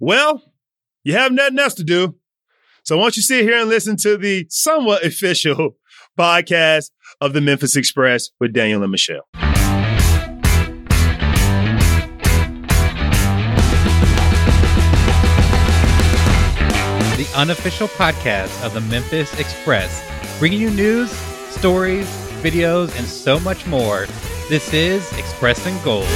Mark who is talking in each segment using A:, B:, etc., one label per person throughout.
A: Well, you have nothing else to do. So why don't you sit here and listen to the somewhat official podcast of the Memphis Express with Daniel and Michelle.
B: the unofficial podcast of the Memphis Express, bringing you news, stories, videos, and so much more. This is Express and Gold.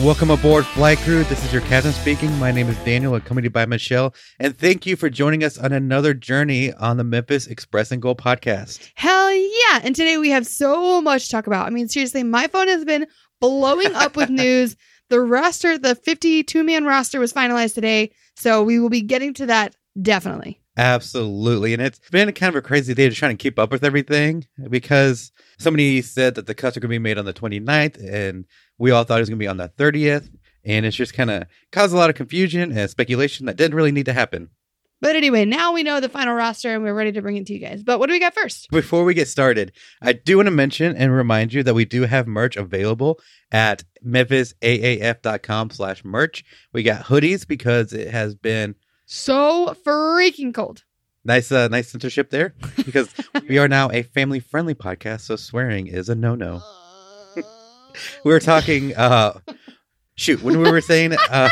B: Welcome aboard, Flight Crew. This is your captain speaking. My name is Daniel, accompanied by Michelle, and thank you for joining us on another journey on the Memphis Express and Gold podcast.
C: Hell yeah. And today we have so much to talk about. I mean, seriously, my phone has been blowing up with news. The roster, the 52 man roster was finalized today. So we will be getting to that definitely.
B: Absolutely, and it's been kind of a crazy day to try and keep up with everything because somebody said that the cuts are going to be made on the 29th, and we all thought it was going to be on the 30th, and it's just kind of caused a lot of confusion and speculation that didn't really need to happen.
C: But anyway, now we know the final roster and we're ready to bring it to you guys. But what do we got first?
B: Before we get started, I do want to mention and remind you that we do have merch available at memphisaaf.com slash merch. We got hoodies because it has been
C: So freaking cold.
B: nice, uh, nice censorship there because we are now a family friendly podcast. So swearing is a no no. we were talking uh shoot when we were saying uh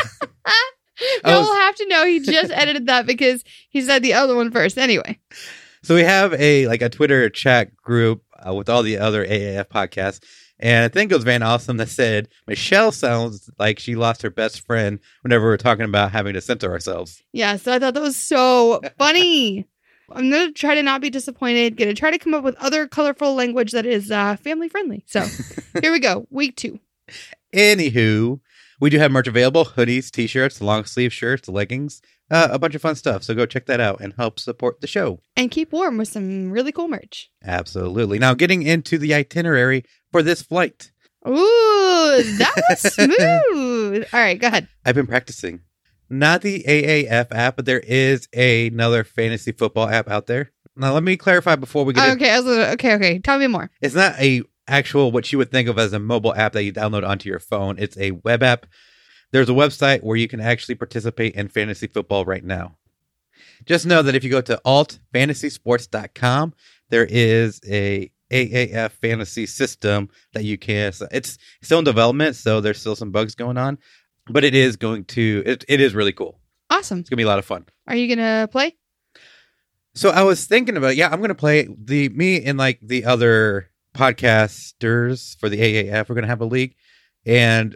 C: You'll
B: was-
C: have to know he just edited that because he said the other one first. Anyway,
B: so we have a like a twitter chat group uh, with all the other aaf podcasts and i think it was van awesome that said michelle sounds like she lost her best friend whenever we we're talking about having to censor ourselves
C: yeah, so I thought that was so funny. I'm gonna try to not be disappointed. Gonna try to come up with other colorful language that is uh, family friendly. So here we go, week two.
B: anywho we do have merch available hoodies t-shirts long sleeve shirts leggings uh, a bunch of fun stuff so go check that out and help support the show
C: and keep warm with some really cool merch.
B: Absolutely. Now, getting into the itinerary for this flight,
C: Ooh, that was smooth. All right, go ahead.
B: I've been practicing. Not the AAF app, but there is another fantasy football app out there. Now, let me clarify before we get. in-
C: Okay, I was, okay, okay. Tell me more.
B: It's not a actual what you would think of as a mobile app that you download onto your phone. It's a web app. There's a website where you can actually participate in fantasy football right now. Just know that if you go to altfantasysports.com, there is a AAF fantasy system that you can. so It's still in development, so there's still some bugs going on, but it is going to. It, it is really cool.
C: Awesome.
B: It's gonna be a lot of fun.
C: Are you gonna play?
B: So I was thinking about, yeah, I'm gonna play the me and like the other podcasters for the AAF. We're gonna have a league, and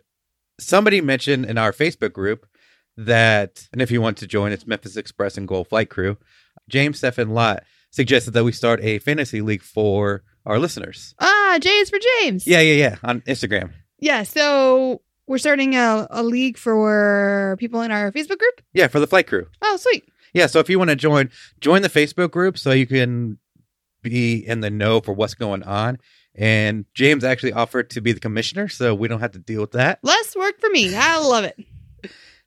B: somebody mentioned in our Facebook group that, and if you want to join, it's Memphis Express and Gold Flight Crew. James Stefan Lott suggested that we start a fantasy league for our listeners.
C: Ah, J is for James.
B: Yeah, yeah, yeah, on Instagram.
C: yeah. So we're starting a, a league for people in our Facebook group.
B: Yeah, for the flight crew.
C: Oh, sweet.
B: Yeah, so if you want to join, join the Facebook group so you can be in the know for what's going on. And James actually offered to be the commissioner, so we don't have to deal with that.
C: Less work for me. I love it.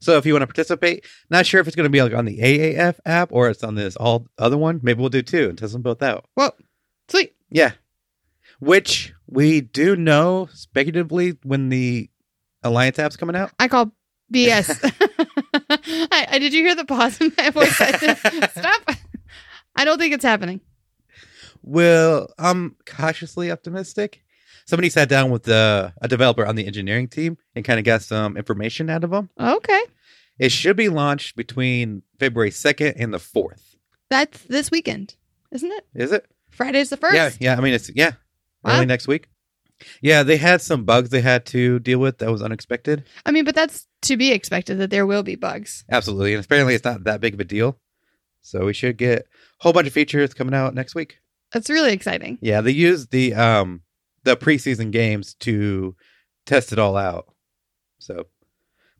B: So if you want to participate, not sure if it's going to be like on the AAF app or it's on this all other one. Maybe we'll do two and test them both out.
C: Whoa, sweet.
B: Yeah, which we do know speculatively when the Alliance app's coming out.
C: I call BS. I, I did you hear the pause in my voice? I said, Stop. I don't think it's happening.
B: Well, I'm cautiously optimistic. Somebody sat down with uh a developer on the engineering team and kind of got some information out of them.
C: Okay,
B: It should be launched between February 2nd and the 4th.
C: that's this weekend, isn't it?
B: Is it?
C: Friday's the first.
B: Yeah, yeah. I mean, it's, yeah,
C: Wow.
B: early next week. Yeah, they had some bugs they had to deal with that was unexpected.
C: I mean, but that's to be expected that there will be bugs.
B: Absolutely. And apparently, it's not that big of a deal. So we should get a whole bunch of features coming out next week.
C: That's really exciting.
B: Yeah, they used the um the preseason games to test it all out. So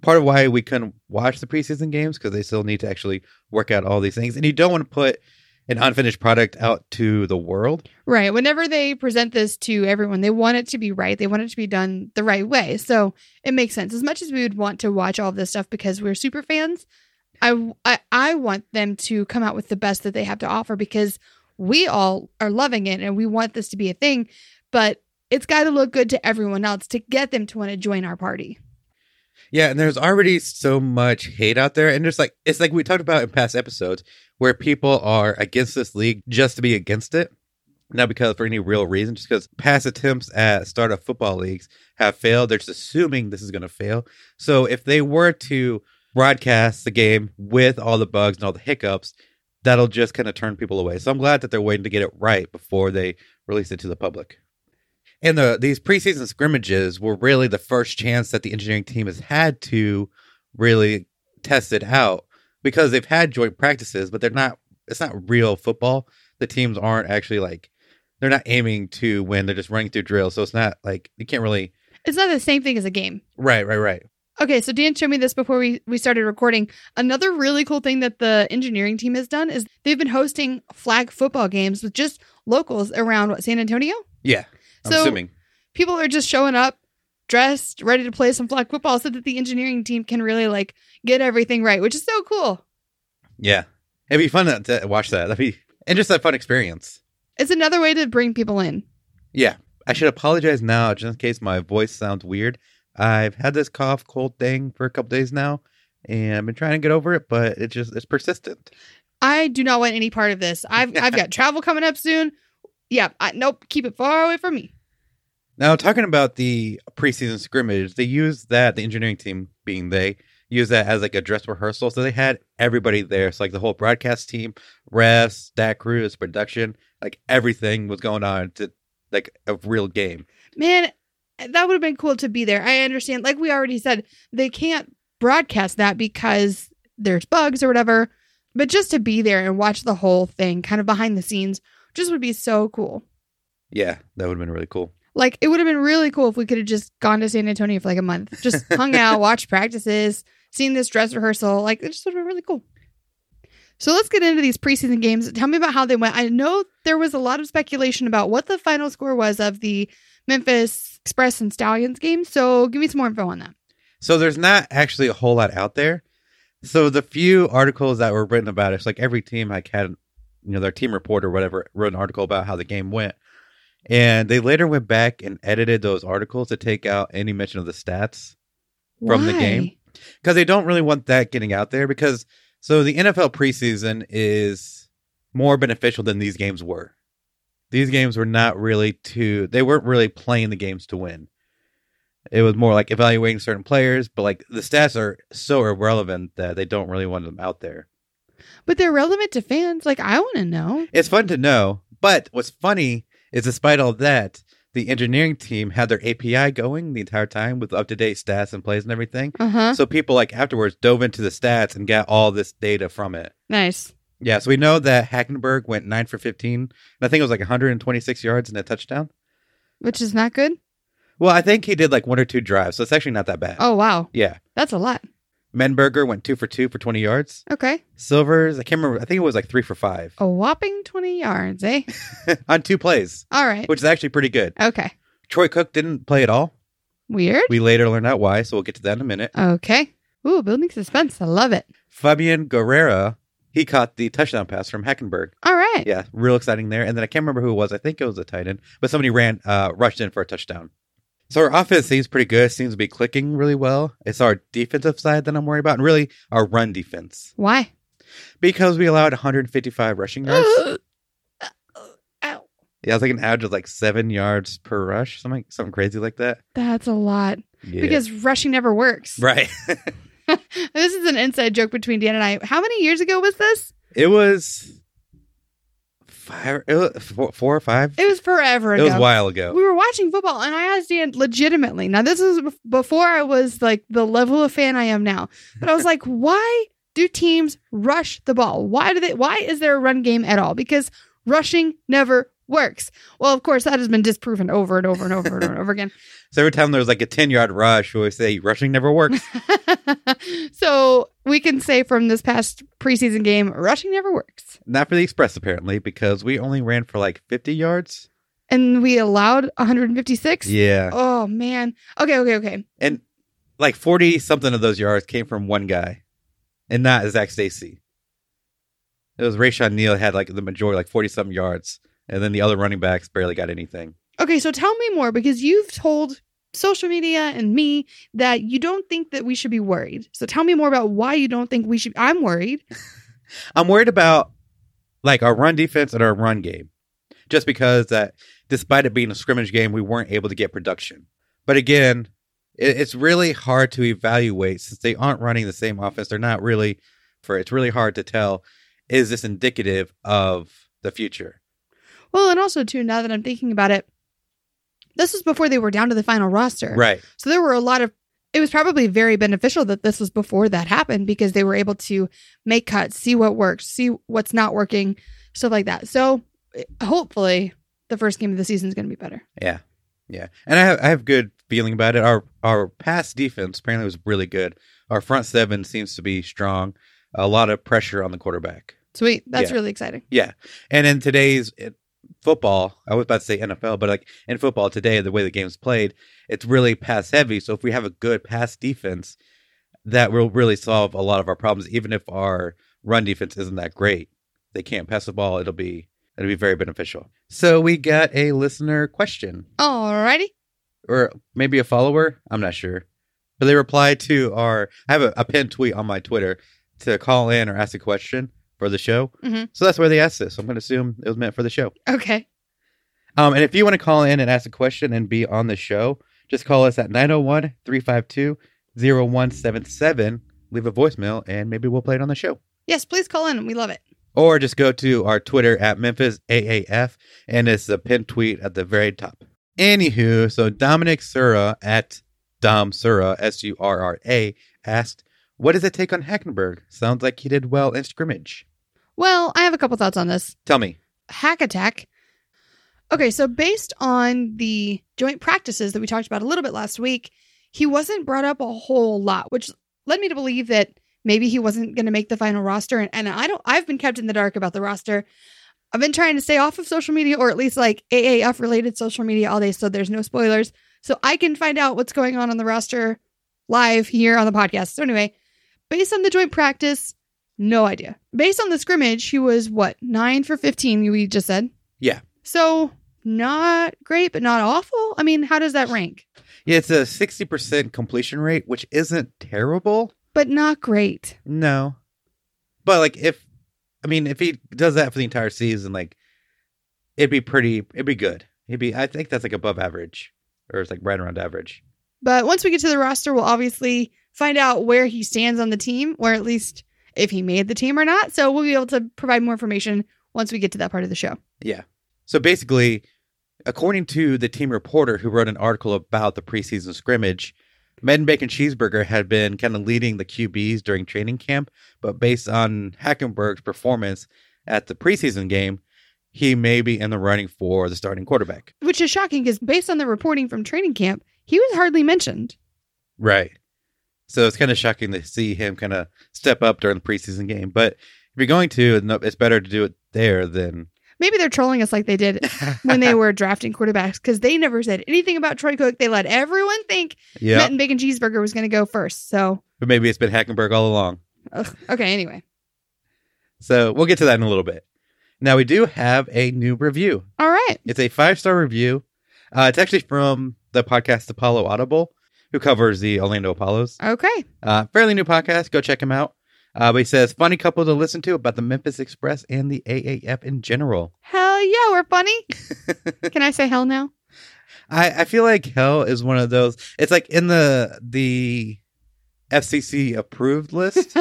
B: part of why we couldn't watch the preseason games because they still need to actually work out all these things, and you don't want to put an unfinished product out to the world.
C: Right. Whenever they present this to everyone, they want it to be right. They want it to be done the right way. So it makes sense. As much as we would want to watch all of this stuff because we're super fans, I, I, I want them to come out with the best that they have to offer because we all are loving it and we want this to be a thing. But it's got to look good to everyone else to get them to want to join our party.
B: Yeah, and there's already so much hate out there, and there's like it's like we talked about in past episodes where people are against this league just to be against it, not because for any real reason, just because past attempts at startup football leagues have failed. They're just assuming this is going to fail. So if they were to broadcast the game with all the bugs and all the hiccups, that'll just kind of turn people away. So I'm glad that they're waiting to get it right before they release it to the public. And the these preseason scrimmages were really the first chance that the engineering team has had to really test it out because they've had joint practices, but they're not it's not real football. The teams aren't actually like they're not aiming to win. They're just running through drills. So it's not like you can't really
C: It's not the same thing as a game.
B: Right, right, right.
C: Okay, so Dan showed me this before we, we started recording. Another really cool thing that the engineering team has done is they've been hosting flag football games with just locals around what, San Antonio?
B: Yeah. I'm
C: So-
B: assuming.
C: People are just showing up dressed, ready to play some flag football so that the engineering team can really like get everything right, which is so cool.
B: Yeah. It'd be fun to, to watch that. That'd be and just a fun experience.
C: It's another way to bring people in.
B: Yeah. I should apologize now just in case my voice sounds weird. I've had this cough cold thing for a couple days now and I've been trying to get over it, but it just it's persistent.
C: I do not want any part of this. I've I've got travel coming up soon. Yeah, I, nope, keep it far away from me.
B: Now talking about the preseason scrimmage, they used that the engineering team being they used that as like a dress rehearsal. So they had everybody there. So like the whole broadcast team, refs, stat crews, production, like everything was going on to like a real game.
C: Man, that would have been cool to be there. I understand. Like we already said, they can't broadcast that because there's bugs or whatever. But just to be there and watch the whole thing kind of behind the scenes just would be so cool.
B: Yeah, that would have been really cool.
C: Like it would have been really cool if we could have just gone to San Antonio for like a month, just hung out, watched practices, seen this dress rehearsal. Like it just would have been really cool. So let's get into these preseason games. Tell me about how they went. I know there was a lot of speculation about what the final score was of the Memphis Express and Stallions game. So give me some more info on that.
B: So there's not actually a whole lot out there. So the few articles that were written about it, it's like every team like had, you know, their team report or whatever wrote an article about how the game went, and they later went back and edited those articles to take out any mention of the stats From the
C: Why?
B: game? because they don't really want that getting out there because so the NFL preseason is more beneficial than these games were. These games were not really to they weren't really playing the games to win. It was more like evaluating certain players, but like the stats are so irrelevant that they don't really want them out there.
C: But they're relevant to fans. Like I want to know.
B: It's fun to know, but what's funny is despite all that, the engineering team had their API going the entire time with up to date stats and plays and everything.
C: Uh huh.
B: So people like afterwards dove into the stats and got all this data from it.
C: Nice.
B: Yeah, so we know that Hackenberg went nine for fifteen, and I think it was like 126 yards and a touchdown.
C: Which is not good.
B: Well, I think he did like one or two drives, so it's actually not that bad.
C: Oh wow,
B: yeah.
C: that's a lot.
B: Menberger went two for two for 20 yards.
C: Okay,
B: Silvers, I can't remember. I think it was like three for five
C: a whopping twenty yards, eh?
B: on two plays,
C: All right.
B: which is actually pretty good.
C: Okay.
B: Troy Cook didn't play at all.
C: Weird.
B: We later learned out why, so we'll get to that in a minute.
C: Okay. Ooh, building suspense. I love it.
B: Fabian Guerrera, he caught the touchdown pass from Hackenberg.
C: All right.
B: Yeah, real exciting there. And then I can't remember who it was. I think it was a tight end, but somebody ran, uh, rushed in for a touchdown. So our offense seems pretty good. Seems to be clicking really well. It's our defensive side that I'm worried about, and really our run defense
C: Why?
B: because we allowed 155 rushing yards.
C: Ow.
B: yeah, it's like an average of like seven yards per rush, something something crazy like that.
C: That's a lot
B: Yeah.
C: because rushing never works.
B: right,
C: This is an inside joke between Dan and I. How many years ago was this?
B: it was five, it was four, four or five.
C: It was forever
B: It
C: ago.
B: was a while ago.
C: We were watching football, and I asked Dan legitimately. Now, this is bef- before I was like the level of fan I am now, but I was like, why do teams rush the ball? Why do they? Why is there a run game at all? Because rushing never works. Well, of course, that has been disproven over and over and over and over, and over again.
B: So every time there was like a 10 yard rush, we always say rushing never works.
C: so we can say from this past preseason game, rushing never works.
B: Not for the express, apparently, because we only ran for like 50 yards.
C: And we allowed 156.
B: Yeah.
C: Oh man. Okay, okay, okay.
B: And like 40 something of those yards came from one guy and not Zach Stacy. It was Rayshon Neal had like the majority, like 40 something yards. And then the other running backs barely got anything.
C: Okay, so tell me more because you've told social media and me that you don't think that we should be worried. So tell me more about why you don't think we should. I'm worried.
B: I'm worried about like our run defense and our run game, just because that despite it being a scrimmage game, we weren't able to get production. But again, it, it's really hard to evaluate since they aren't running the same offense. They're not really for it's really hard to tell is this indicative of the future.
C: Well, and also too, now that I'm thinking about it, this was before they were down to the final roster.
B: Right.
C: So there were a lot of it was probably very beneficial that this was before that happened because they were able to make cuts, see what works, see what's not working, stuff like that. So eh, hopefully the first game of the season is going to be better.
B: Yeah. Yeah. And I have, I have good feeling about it. Our our pass defense apparently was really good. Our front seven seems to be strong. A lot of pressure on the quarterback.
C: Sweet. That's
B: Yeah.
C: really exciting.
B: And in today's eh, football, I was about to say NFL, but like in football today, the way the game's played, it's really pass heavy. So if we have a good pass defense, that will really solve a lot of our problems. Even if our run defense isn't that great, they can't pass the ball. It'll be it'll be very beneficial. So we got a listener question.
C: Alrighty.
B: or maybe a follower. I'm not sure. But they replied to our. I have a, a pinned tweet on my Twitter to call in or ask a question for the show.
C: Mhm.
B: So that's where they asked this. I'm going to assume it was meant for the show.
C: Okay.
B: Um, and if you want to call in and ask a question and be on the show, just call us at 901 352 0177. Leave a voicemail and maybe we'll play it on the show.
C: Yes, please call in. We love it.
B: Or just go to our Twitter at Memphis AAF, and it's a pinned tweet at the very top. Anywho, so Dominic Sura at Dom Sura S U R R A asked, "What does it take on Hackenberg? Sounds like he did well in scrimmage.
C: Well, I have a couple thoughts on this.
B: Tell me,
C: hack attack. Okay, so based on the joint practices that we talked about a little bit last week, he wasn't brought up a whole lot, which led me to believe that maybe he wasn't going to make the final roster. And, and I don't, I've been kept in the dark about the roster. I've been trying to stay off of social media or at least like AAF related social media all day, so there's no spoilers. So I can find out what's going on on the roster live here on the podcast. So anyway, based on the joint practice, no idea. Based on the scrimmage, he was what, nine for 15, we just said?
B: Yeah.
C: So not great, but not awful. I mean, how does that rank?
B: yeah, it's a sixty percent completion rate, which isn't terrible.
C: But not great.
B: No, but like if, I mean, if he does that for the entire season, like it'd be pretty, it'd be good. It'd be, I think that's like above average, or it's like right around average."
C: But once we get to the roster, we'll obviously find out where he stands on the team, or at least if he made the team or not. So we'll be able to provide more information once we get to that part of the show.
B: Yeah. So basically, according to the team reporter who wrote an article about the preseason scrimmage, Med Bacon Cheeseburger had been kind of leading the QBs during training camp, but based on Hackenberg's performance at the preseason game, he may be in the running for the starting quarterback.
C: Which is shocking because based on the reporting from training camp, he was hardly mentioned.
B: Right. So it's kind of shocking to see him kind of step up during the preseason game. But if you're going to, no- it's better to do it there than
C: Maybe they're trolling us like they did when they were drafting quarterbacks because they never said anything about Troy Cook. They let everyone think
B: yeah.
C: Met and Bacon Cheeseburger was going to go first. So,
B: But maybe it's been Hackenberg all along.
C: ugh. okay, anyway.
B: So we'll get to that in a little bit. Now we do have a new review.
C: All right.
B: It's a five star review. Uh, it's actually from the podcast Apollo Audible, who covers the Orlando Apollos.
C: Okay.
B: Uh, fairly new podcast. Go check him out. Uh, but he says funny couple to listen to about the Memphis Express and the AAF in general.
C: Hell yeah, we're funny. Can I say hell now?
B: I, I feel like hell is one of those. It's like in the the FCC approved list.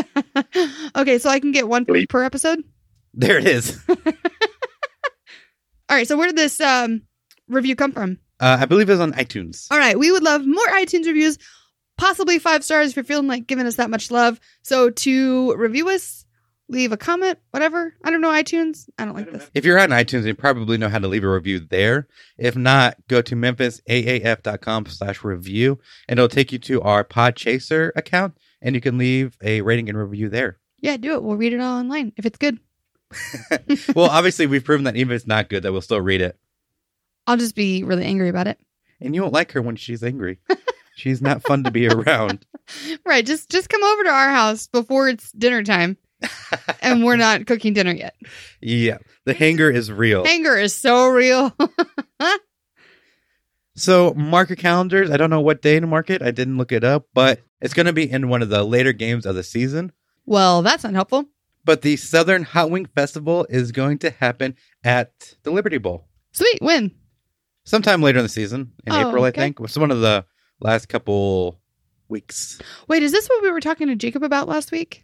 C: okay, so I can get one
A: Bleep.
C: per episode.
B: there it is.
C: All right. So, where did this um, review come from?
B: Uh, I believe it was on iTunes.
C: All right. We would love more iTunes reviews, possibly five stars if you're feeling like giving us that much love. So, to review us, leave a comment, whatever. I don't know iTunes. I don't like this.
B: If you're on iTunes, you probably know how to leave a review there. If not, go to memphisaaf.com slash review and it'll take you to our Podchaser account and you can leave a rating and review there.
C: Yeah, do it. We'll read it all online if it's good.
B: well, obviously, we've proven that even if it's not good, that we'll still read it.
C: I'll just be really angry about it.
B: And you won't like her when she's angry. She's not fun to be around.
C: Right. Just just come over to our house before it's dinner time and we're not cooking dinner yet.
B: Oh. Yeah, the hanger is real.
C: Anger is so real.
B: So mark your calendars. I don't know what day to mark it. I didn't look it up, but it's going to be in one of the later games of the season.
C: Well, that's not helpful.
B: But the Southern Hot Wing Festival is going to happen at the Liberty Bowl
C: Sweet, win.
B: sometime later in the season, in
C: Oh,
B: April, I
C: okay.
B: think. It's one of the last couple weeks.
C: Wait, is this what we were talking to Jacob about last week?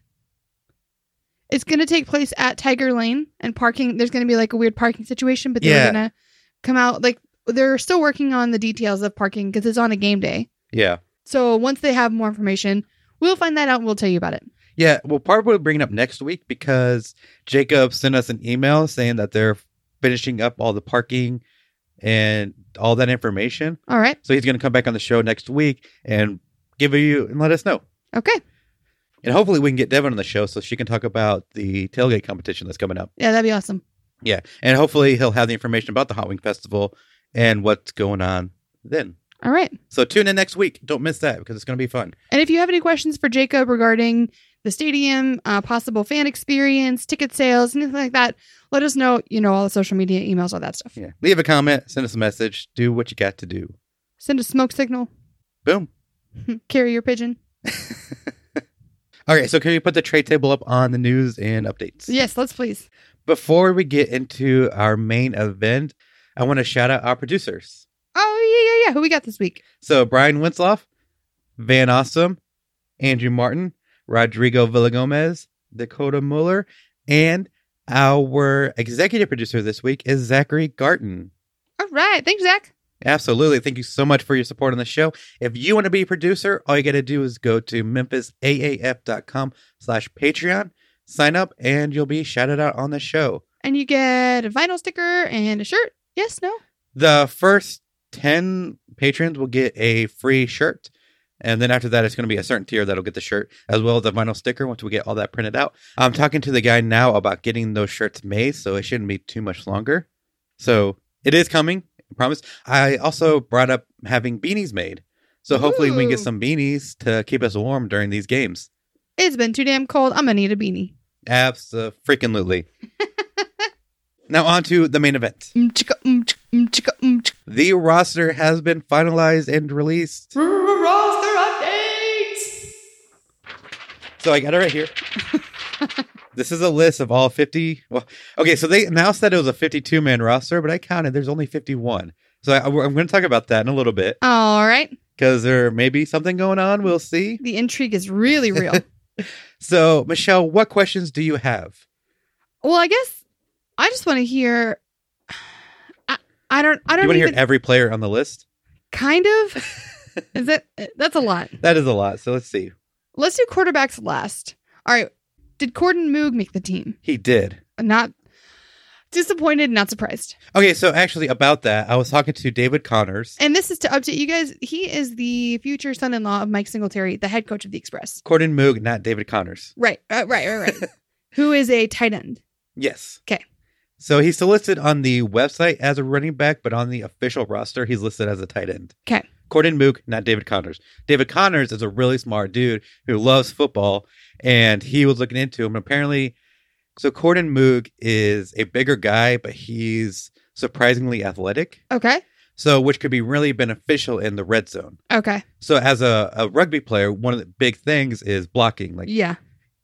C: It's going to take place at Tiger Lane and parking. There's going to be like a weird parking situation, but they're
B: Yeah.
C: going to come out like they're still working on the details of parking because it's on a game day.
B: Yeah.
C: So once they have more information, we'll find that out and we'll tell you about it.
B: Yeah, we'll probably bring it up next week because Jacob sent us an email saying that they're finishing up all the parking and all that information.
C: All right.
B: So he's going to come back on the show next week and give you and let us know.
C: Okay.
B: And hopefully we can get Devin on the show so she can talk about the tailgate competition that's coming up.
C: Yeah, that'd be awesome.
B: Yeah, and hopefully he'll have the information about the Hot Wing Festival and what's going on then.
C: All right.
B: So tune in next week. Don't miss that because it's going to be fun.
C: And if you have any questions for Jacob regarding the stadium, uh, possible fan experience, ticket sales, anything like that, let us know. You know, all the social media, emails, all that stuff.
B: Yeah, leave a comment, send us a message, do what you got to do.
C: Send a smoke signal,
B: Boom.
C: carry your pigeon.
B: Okay, so can we put the trade table up on the news and updates?
C: Yes, let's please.
B: Before we get into our main event, I want to shout out our producers.
C: Oh, yeah, yeah, yeah. Who we got this week?
B: So Brian Winsloff, Van Awesome, Andrew Martin, Rodrigo Villagomez, Dakota Mueller, and our executive producer this week is Zachary Garten.
C: All right. Thanks, Zach.
B: Absolutely. Thank you so much for your support on the show. If you want to be a producer, all you got to do is go to memphisaaf.com slash Patreon, sign up, and you'll be shouted out on the show.
C: And you get a vinyl sticker and a shirt. Yes, no?
B: The first 10 patrons will get a free shirt. And then after that, it's going to be a certain tier that'll get the shirt as well as a vinyl sticker once we get all that printed out. I'm talking to the guy now about getting those shirts made, so it shouldn't be too much longer. So it is coming, I promise. I also brought up having beanies made. So hopefully we can get
C: Ooh.
B: some beanies to keep us warm during these games.
C: It's been too damn cold. I'm going to need a beanie.
B: Absolutely. now on to the main event.
C: Mm, chicka, mm, chick, mm, chicka, mm, chick.
B: The roster has been finalized and released. Roster updates. So I got it right here. this is a list of all 50. Well, okay, so they announced that it was a 52 man roster, but I counted there's only 51. So I, am going to talk about that in a little bit
C: All right.
B: because there may be something going on. We'll see.
C: The intrigue is really real.
B: So, Michelle, what questions do you have?
C: well, I guess I just want to hear. I, I don't. I
B: Do you
C: don't
B: want to
C: even.
B: hear every player on the list?
C: kind of. is that that's a lot?
B: That is a lot. So let's see.
C: Let's do quarterbacks last. All right. Did Corden Moog make the team?
B: He did.
C: Not disappointed. Not surprised.
B: Okay, so actually about that, I was talking to David Connors.
C: And this is to update you guys. He is the future son-in-law of Mike Singletary, the head coach of the Express.
B: Corden Moog, not David Connors.
C: Right, uh, right, right, right. Who is a tight end?
B: Yes.
C: 'Kay.
B: So he's still listed on the website as a running back, but on the official roster, he's listed as a tight end.
C: 'Kay.
B: Corden Moog, not David Connors. David Connors is a really smart dude who loves football, and he was looking into him. Apparently, so Corden Moog is a bigger guy, but he's surprisingly athletic,
C: Okay,
B: so which could be really beneficial in the red zone.
C: okay,
B: So as a, a rugby player, one of the big things is blocking. Like
C: yeah,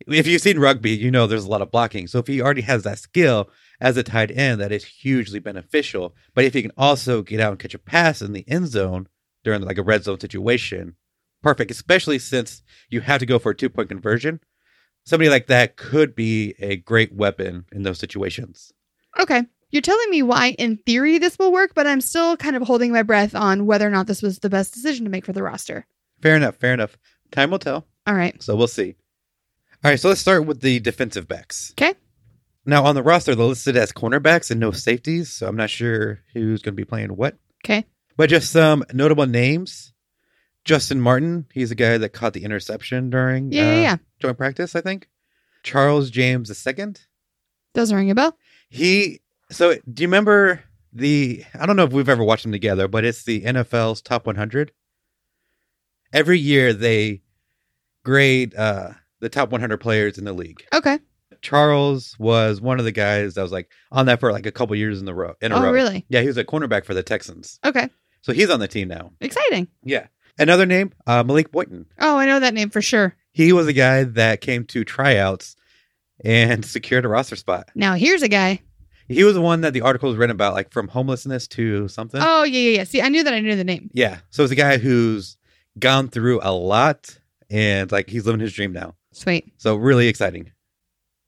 B: if you've seen rugby, you know there's a lot of blocking. So if he already has that skill as a tight end, that is hugely beneficial. But if he can also get out and catch a pass in the end zone during like a red zone situation, perfect. Especially since you have to go for a two point conversion. Somebody like that could be a great weapon in those situations.
C: okay. You're telling me why, in theory, this will work, but I'm still kind of holding my breath on whether or not this was the best decision to make for the roster.
B: Fair enough. Fair enough. Time will tell.
C: All right,
B: So we'll see. All right, so let's start with the defensive backs.
C: 'Kay.
B: Now on the roster, they're listed as cornerbacks and no safeties, so I'm not sure who's going to be playing what.
C: 'Kay.
B: But just some notable names: Justin Martin, he's a guy that caught the interception during uh,
C: yeah, yeah, yeah.
B: joint practice, I think. Charles James II.
C: Doesn't ring a bell.
B: He. So do you remember the? I don't know if we've ever watched them together, but it's the NFL's top 100. Every year they grade uh, the top 100 players in the league.
C: Okay.
B: Charles was one of the guys that was like on that for like a couple years in the row. In a
C: Oh,
B: row.
C: really?
B: Yeah, he was a cornerback for the Texans.
C: Okay.
B: So he's on the team now.
C: Exciting.
B: Yeah. Another name, uh, Malik Boynton.
C: Oh, I know that name for sure.
B: He was a guy that came to tryouts and secured a roster spot.
C: Now here's a guy.
B: He was the one that the article was written about, like from homelessness to something.
C: Oh yeah, yeah, yeah. See, I knew that. I knew the name.
B: Yeah. So it's a guy who's gone through a lot and like he's living his dream now.
C: Sweet.
B: So really exciting.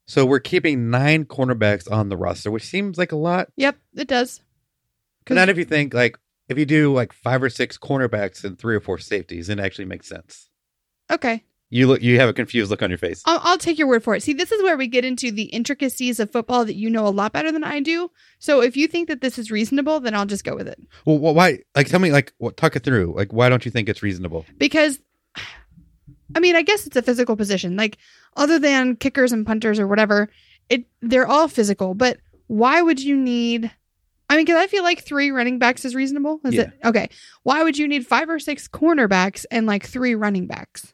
B: So we're keeping nine cornerbacks on the roster, which seems like a lot.
C: Yep, it does.
B: But not if you think like if you do like five or six cornerbacks and three or four safeties, it actually makes sense.
C: Okay.
B: You look you have a confused look on your face.
C: I'll, I'll take your word for it. See, this is where we get into the intricacies of football that you know a lot better than I do. So if you think that this is reasonable, then I'll just go with it.
B: Well, wh- why? Like, tell me, like, what, talk it through. Like, why don't you think it's reasonable?
C: Because, I mean, I guess it's a physical position. Like, other than kickers and punters or whatever, it they're all physical. But why would you need? I mean, because I feel like three running backs is reasonable. Is it okay? Why would you need five or six cornerbacks and like three running backs?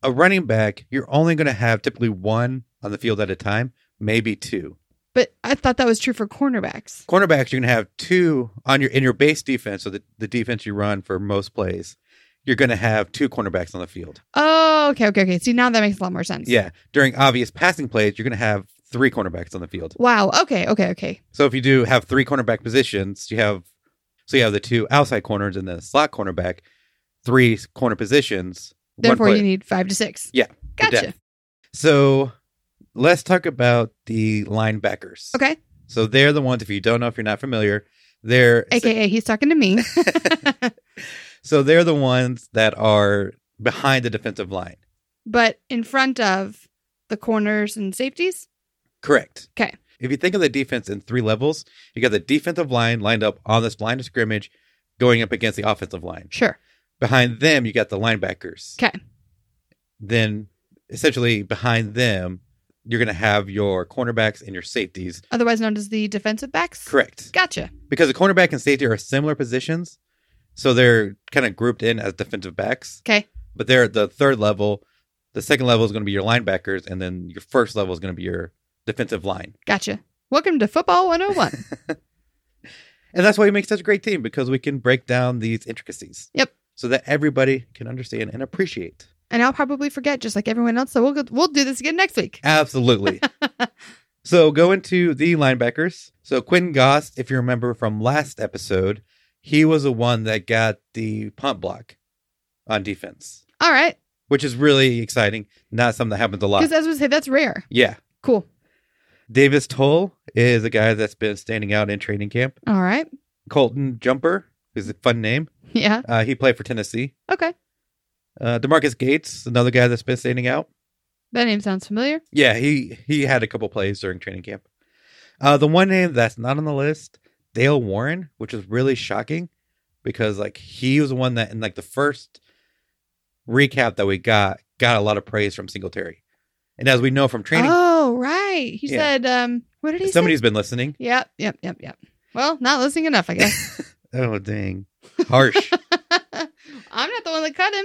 B: A running back, you're only going to have typically one on the field at a time, maybe two.
C: But I thought that was true for cornerbacks.
B: Cornerbacks, you're going to have two on your in your base defense, so the, the defense you run for most plays, you're going to have two cornerbacks on the field.
C: Oh, okay, okay, okay. See, now that makes a lot more sense.
B: Yeah, during obvious passing plays, you're going to have three cornerbacks on the field.
C: Wow. Okay. Okay. Okay.
B: So if you do have three cornerback positions, you have so you have the two outside corners and the slot cornerback, three corner positions. one
C: Therefore,
B: player.
C: you need five to six.
B: Yeah,
C: Gotcha.
B: depth. so let's talk about the linebackers.
C: Okay.
B: So they're the ones if you don't know if you're not familiar, they're
C: AKA, he's talking to me.
B: so they're the ones that are behind the defensive line.
C: but in front of the corners and safeties.
B: Correct.
C: 'Kay.
B: If you think of the defense in three levels, you got the defensive line lined up on this line of scrimmage going up against the offensive line.
C: Sure.
B: Behind them, you got the linebackers.
C: 'Kay.
B: Then, essentially, behind them, you're going to have your cornerbacks and your safeties.
C: Otherwise known as the defensive backs.
B: Correct.
C: Gotcha.
B: Because the cornerback and safety are similar positions. So they're kind of grouped in as defensive backs.
C: 'Kay.
B: But they're at the third level. The second level is going to be your linebackers. And then your first level is going to be your defensive line.
C: Gotcha. Welcome to Football 101.
B: And that's why it makes such a great team because we can break down these intricacies.
C: Yep.
B: So that everybody can understand and appreciate.
C: and I'll probably forget just like everyone else. So we'll go, we'll do this again next week.
B: Absolutely. so go into the linebackers. So Quinn Goss, if you remember from last episode, he was the one that got the punt block on defense,
C: All right.
B: which is really exciting. Not something that happens a lot.
C: Because as we say, that's rare.
B: yeah.
C: Cool.
B: Davis Toll is a guy that's been standing out in training camp.
C: All right.
B: Colton Jumper is a fun name.
C: Yeah.
B: Uh, he played for Tennessee.
C: Okay.
B: Uh, Demarcus Gates, another guy that's been standing out.
C: That name sounds familiar.
B: Yeah, he he had a couple plays during training camp. Uh, the one name that's not on the list, Dale Warren, which is really shocking because like he was the one that in like the first recap that we got got a lot of praise from Singletary, and as we know from training,
C: Oh, right. He
B: Yeah.
C: said, um, what did he
B: somebody's
C: say?
B: been listening.
C: Yep. Yep. Yep. Yep. Well, not listening enough, I guess.
B: Oh dang, harsh.
C: I'm not the one that cut him.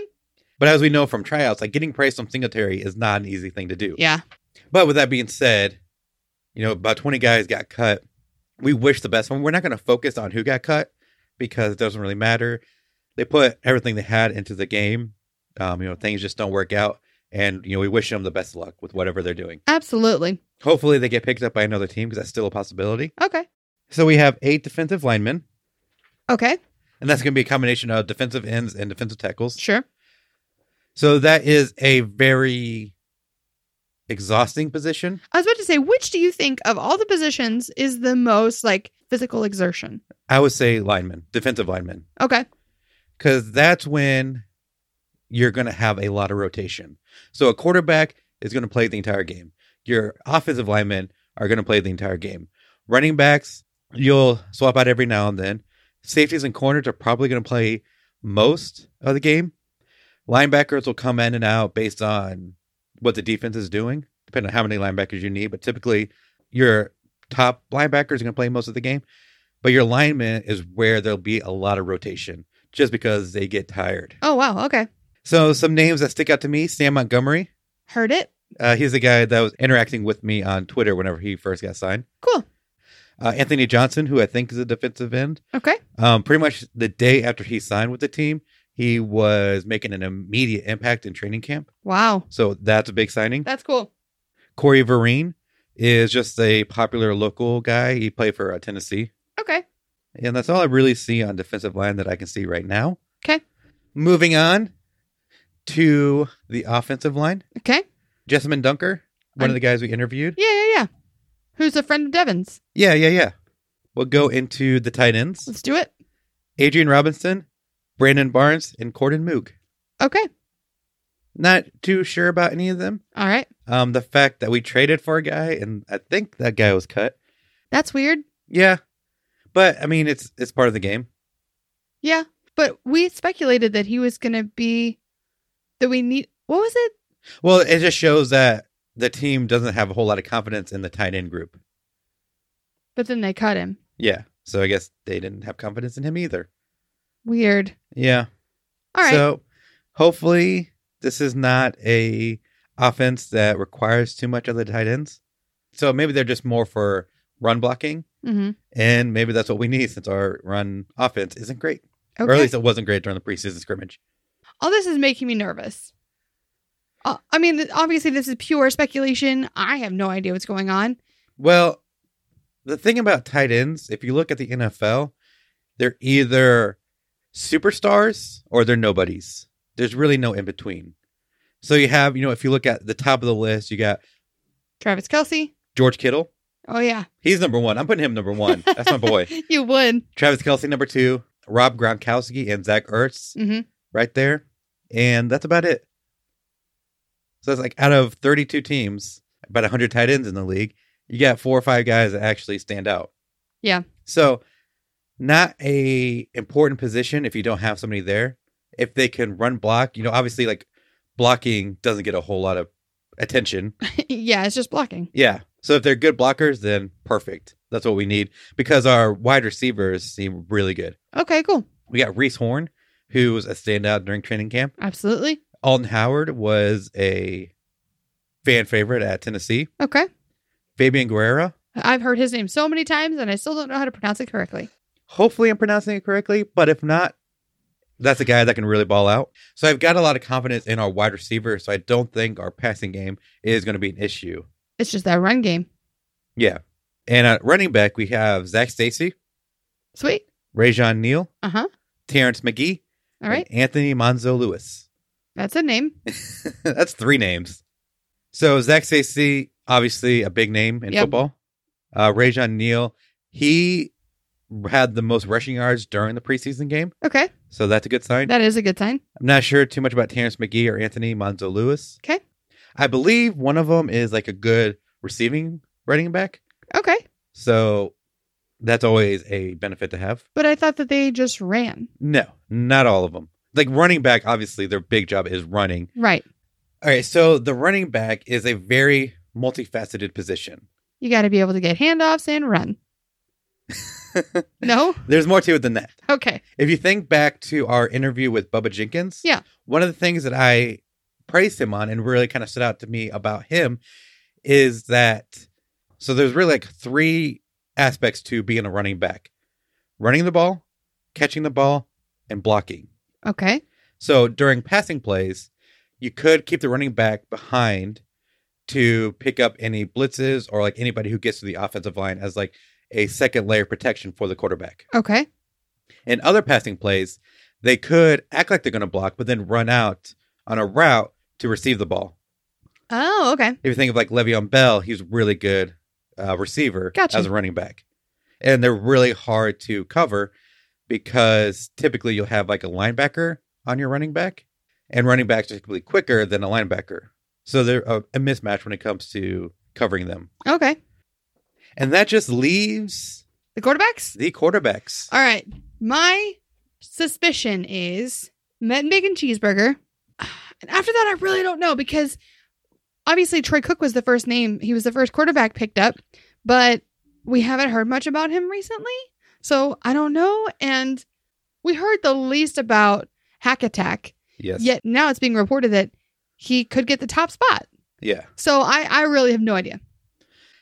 B: but as we know from tryouts, like getting praise from Singletary is not an easy thing to do.
C: Yeah.
B: But with that being said, you know, about 20 guys got cut. We wish the best one. We're not going to focus on who got cut because it doesn't really matter. They put everything they had into the game. Um, you know, things just don't work out. And, you know, we wish them the best of luck with whatever they're doing.
C: Absolutely.
B: Hopefully they get picked up by another team because that's still a possibility.
C: Okay.
B: So we have eight defensive linemen,
C: Okay.
B: and that's going to be a combination of defensive ends and defensive tackles.
C: Sure.
B: So that is a very exhausting position.
C: I was about to say, which do you think of all the positions is the most like physical exertion?
B: I would say linemen, defensive linemen.
C: Okay.
B: because that's when you're going to have a lot of rotation. So a quarterback is going to play the entire game. Your offensive linemen are going to play the entire game. Running backs, you'll swap out every now and then. Safeties and corners are probably going to play most of the game. Linebackers will come in and out based on what the defense is doing, depending on how many linebackers you need. But typically, your top linebackers are going to play most of the game. But your lineman is where there'll be a lot of rotation just because they get tired.
C: Oh wow. Okay.
B: So some names that stick out to me: Sam Montgomery.
C: Heard it.
B: Uh, he's the guy that was interacting with me on Twitter whenever he first got signed.
C: Cool.
B: uh, Anthony Johnson, who I think is a defensive end.
C: Okay.
B: Um, pretty much the day after he signed with the team, he was making an immediate impact in training camp.
C: Wow.
B: So that's a big signing.
C: That's cool.
B: Corey Vereen is just a popular local guy. He played for uh, Tennessee.
C: Okay.
B: And that's all I really see on defensive line that I can see right now.
C: 'Kay.
B: Moving on to the offensive line.
C: Okay.
B: Jessamine Dunker, one of
C: I'm-
B: the guys we interviewed.
C: Yeah, yeah, yeah. Who's a friend of Devin's?
B: Yeah, yeah, yeah. We'll go into the tight ends.
C: Let's do it.
B: Adrian Robinson, Brandon Barnes, and Corden Moog.
C: Okay.
B: Not too sure about any of them.
C: All right.
B: Um, the fact that we traded for a guy, and I think that guy was cut.
C: That's weird.
B: Yeah, but I mean, it's it's part of the game.
C: Yeah. But we speculated that he was going to be that we need What was it?
B: Well, it just shows that the team doesn't have a whole lot of confidence in the tight end group.
C: But then they cut him.
B: Yeah, so I guess they didn't have confidence in him either.
C: Weird.
B: Yeah.
C: All right.
B: So hopefully this is not a offense that requires too much of the tight ends. So maybe they're just more for run blocking,
C: mhm.
B: and maybe that's what we need since our run offense isn't great, or at
C: Okay.
B: least it wasn't great during the preseason scrimmage.
C: All this is making me nervous. Uh, I mean, th- obviously this is pure speculation. I have no idea what's going on.
B: Well, the thing about tight ends, if you look at the NFL, they're either superstars or they're nobodies. There's really no in between. So you have, you know, if you look at the top of the list, you got
C: Travis Kelsey.
B: George Kittle.
C: Oh yeah.
B: He's number one. I'm putting him number one. That's my boy.
C: You would.
B: Travis Kelsey, number two. Rob Gronkowski and Zach Ertz,
C: Mhm.
B: right there. And that's about it. So it's like out of 32 teams, about 100 tight ends in the league, you got four or five guys that actually stand out.
C: Yeah.
B: So not a important position if you don't have somebody there. If they can run block, you know, obviously like blocking doesn't get a whole lot of attention.
C: yeah, it's just blocking.
B: Yeah. So if they're good blockers, then perfect. That's what we need because our wide receivers seem really good.
C: Okay, cool.
B: We got Reese Horn, who was a standout during training camp.
C: Absolutely.
B: Alton Howard was a fan favorite at Tennessee.
C: Okay.
B: Fabian Guerrera.
C: I've heard his name so many times and I still don't know how to pronounce it correctly.
B: Hopefully, I'm pronouncing it correctly, but if not, that's a guy that can really ball out. So I've got a lot of confidence in our wide receiver. So I don't think our passing game is going to be an issue.
C: It's just that run game.
B: Yeah. And at running back, we have Zach Stacy,
C: Sweet.
B: Rajon Neal,
C: Uh huh.
B: Terrence McGee,
C: All right.
B: and Anthony Monzo Lewis.
C: That's a name.
B: That's three names. So Zach Stacy, obviously a big name in
C: Yep.
B: football. Uh, Rajon Neal, he had the most rushing yards during the preseason game,
C: Okay.
B: so that's a good sign.
C: That is a good sign.
B: I'm not sure too much about Terrence McGee or Anthony Monzo Lewis.
C: 'Kay.
B: I believe one of them is like a good receiving running back,
C: Okay.
B: so that's always a benefit to have.
C: But I thought that they just ran.
B: No, not all of them. Like running back, obviously their big job is running.
C: Right.
B: All right, so the running back is a very multifaceted position.
C: You got to be able to get handoffs and run. No?
B: There's more to it than that.
C: Okay.
B: If you think back to our interview with Bubba Jenkins,
C: Yeah.
B: one of the things that I praised him on and really kind of stood out to me about him is that so there's really like three aspects to being a running back. Running the ball, catching the ball, and blocking.
C: Okay.
B: So during passing plays, you could keep the running back behind to pick up any blitzes or like anybody who gets to the offensive line as like a second layer of protection for the quarterback.
C: Okay.
B: In other passing plays, they could act like they're going to block, but then run out on a route to receive the ball.
C: Oh, okay.
B: If you think of like Le'Veon Bell, he's a really good uh, receiver
C: Gotcha.
B: as a running back, and they're really hard to cover because typically you'll have like a linebacker on your running back, and running backs are typically quicker than a linebacker, so they're a, a mismatch when it comes to covering them,
C: Okay.
B: and that just leaves
C: The quarterbacks?
B: the quarterbacks.
C: All right. My suspicion is Met and Bacon Cheeseburger. And after that, I really don't know because obviously Troy Cook was the first name. He was the first quarterback picked up, but we haven't heard much about him recently. So I don't know. And we heard the least about Hack Attack,
B: Yes.
C: yet now it's being reported that he could get the top spot.
B: Yeah.
C: So I, I really have no idea.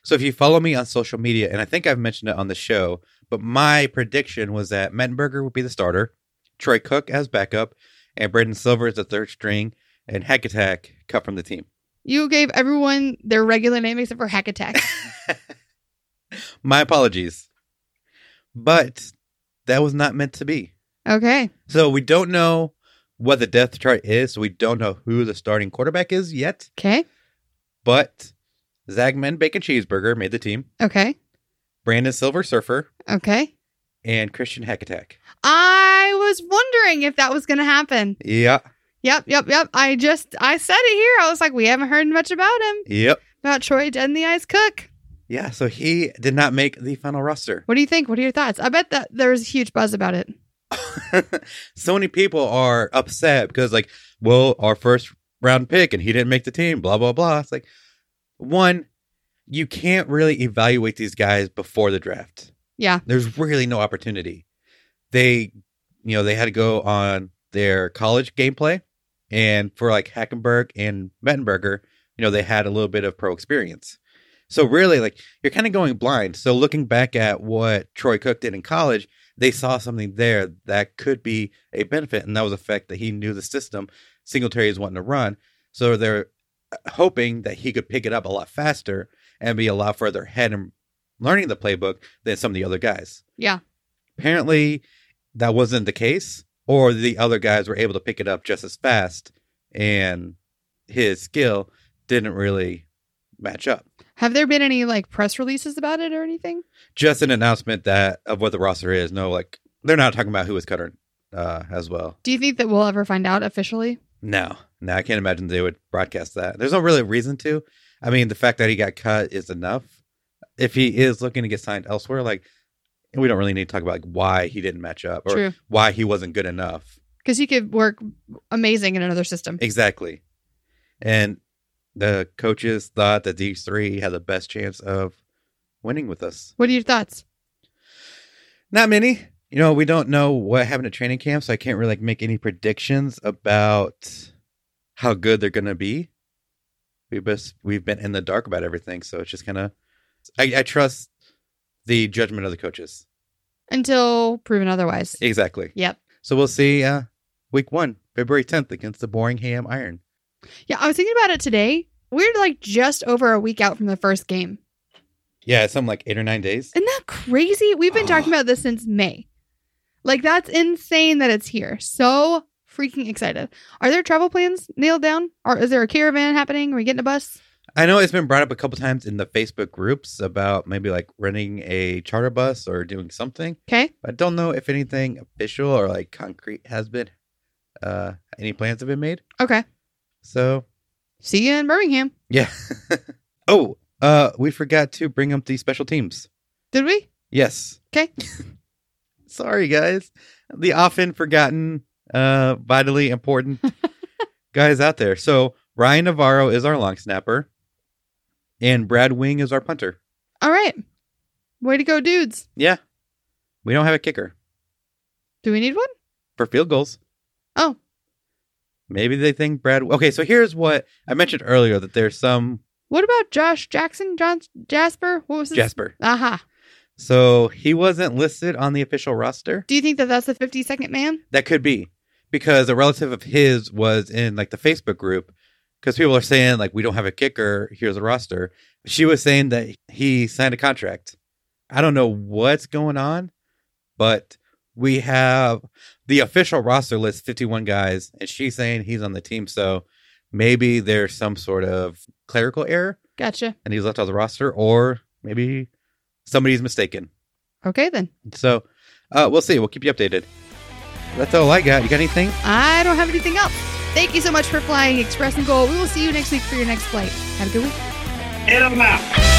B: So if you follow me on social media, and I think I've mentioned it on the show, but my prediction was that Mettenberger would be the starter, Troy Cook as backup, and Braden Silver as the third string, and Hack Attack cut from the team.
C: You gave everyone their regular name except for Hack Attack.
B: My apologies. But that was not meant to be.
C: okay.
B: So we don't know what the depth chart is, so we don't know who the starting quarterback is yet,
C: Okay.
B: but Zagman Bacon Cheeseburger made the team,
C: Okay.
B: Brandon Silver Surfer,
C: Okay.
B: and Christian Hack Attack.
C: I was wondering if that was going to happen.
B: Yeah.
C: Yep, yep, yep. I just I said it here. I was like, we haven't heard much about him.
B: Yep.
C: About Troy Dead in the Eyes Cook.
B: Yeah, so he did not make the final roster.
C: What do you think? What are your thoughts? I bet that there was a huge buzz about it.
B: so many people are upset because, like, well, our first round pick and he didn't make the team, blah, blah, blah. It's like, one, you can't really evaluate these guys before the draft.
C: Yeah.
B: There's really no opportunity. They, you know, they had to go on their college gameplay. And for like Hackenberg and Mettenberger, you know, they had a little bit of pro experience. So really, like, you're kind of going blind. So looking back at what Troy Cook did in college, they saw something there that could be a benefit, and that was the fact that he knew the system Singletary is wanting to run. So they're uh, hoping that he could pick it up a lot faster and be a lot further ahead in learning the playbook than some of the other guys.
C: Yeah.
B: Apparently, that wasn't the case, or the other guys were able to pick it up just as fast, and his skill didn't really match up.
C: Have there been any like press releases about it or anything?
B: Just an announcement that of what the roster is. No, like they're not talking about who is cutter uh, as well.
C: Do you think that we'll ever find out officially?
B: No, no, I can't imagine they would broadcast that. There's no really reason to. I mean, the fact that he got cut is enough. If he is looking to get signed elsewhere, like we don't really need to talk about like, why he didn't match up or
C: True.
B: why he wasn't good enough.
C: Because he could work amazing in another system.
B: Exactly. And the coaches thought that these three had the best chance of winning with us.
C: What are your thoughts?
B: Not many. You know, we don't know what happened at training camp, so I can't really like make any predictions about how good they're gonna be. We've best we've been in the dark about everything, so it's just kind of. I, I trust the judgment of the coaches.
C: Until proven otherwise.
B: Exactly.
C: Yep.
B: So we'll see. Uh, week one, February tenth, against the Boringham Iron.
C: Yeah, I was thinking about it today. We're like just over a week out from the first game.
B: Yeah, it's something like eight or nine days.
C: Isn't that crazy? We've been talking
B: Ugh.
C: about this since May. Like that's insane that it's here. So freaking excited. Are there travel plans nailed down? Or is there a caravan happening? Are we getting a bus?
B: I know it's been brought up a couple times in the Facebook groups about maybe like renting a charter bus or doing something.
C: Okay.
B: I don't know if anything official or like concrete has been uh any plans have been made.
C: Okay.
B: So
C: See you in Birmingham.
B: yeah. oh, uh we forgot to bring up the special teams.
C: Did we?
B: Yes.
C: 'Kay.
B: Sorry guys. The often forgotten, uh vitally important guys out there. So Ryan Navarro is our long snapper and Brad Wing is our punter.
C: All right. Way to go, dudes.
B: Yeah. We don't have a kicker
C: Do we need one?
B: for field goals.
C: Oh.
B: Maybe they think Brad. Okay, so here's what I mentioned earlier that there's some
C: What about Josh Jackson? John Jasper? What was his?
B: Jasper.
C: Aha.
B: So he wasn't listed on the official roster.
C: Do you think that that's the 52nd man?
B: That could be because a relative of his was in like the Facebook group because people are saying like we don't have a kicker. Here's a roster. She was saying that he signed a contract. I don't know what's going on, but we have the official roster lists 51 guys, and she's saying he's on the team. So maybe there's some sort of clerical error
C: Gotcha.
B: and he's left off the roster, or maybe somebody's mistaken.
C: Okay, then.
B: So uh, we'll see. We'll keep you updated. That's all I got. You got anything?
C: I don't have anything else. Thank you so much for flying Express and Gold. We will see you next week for your next flight. Have a good week.
A: And I'm out.
C: Oh,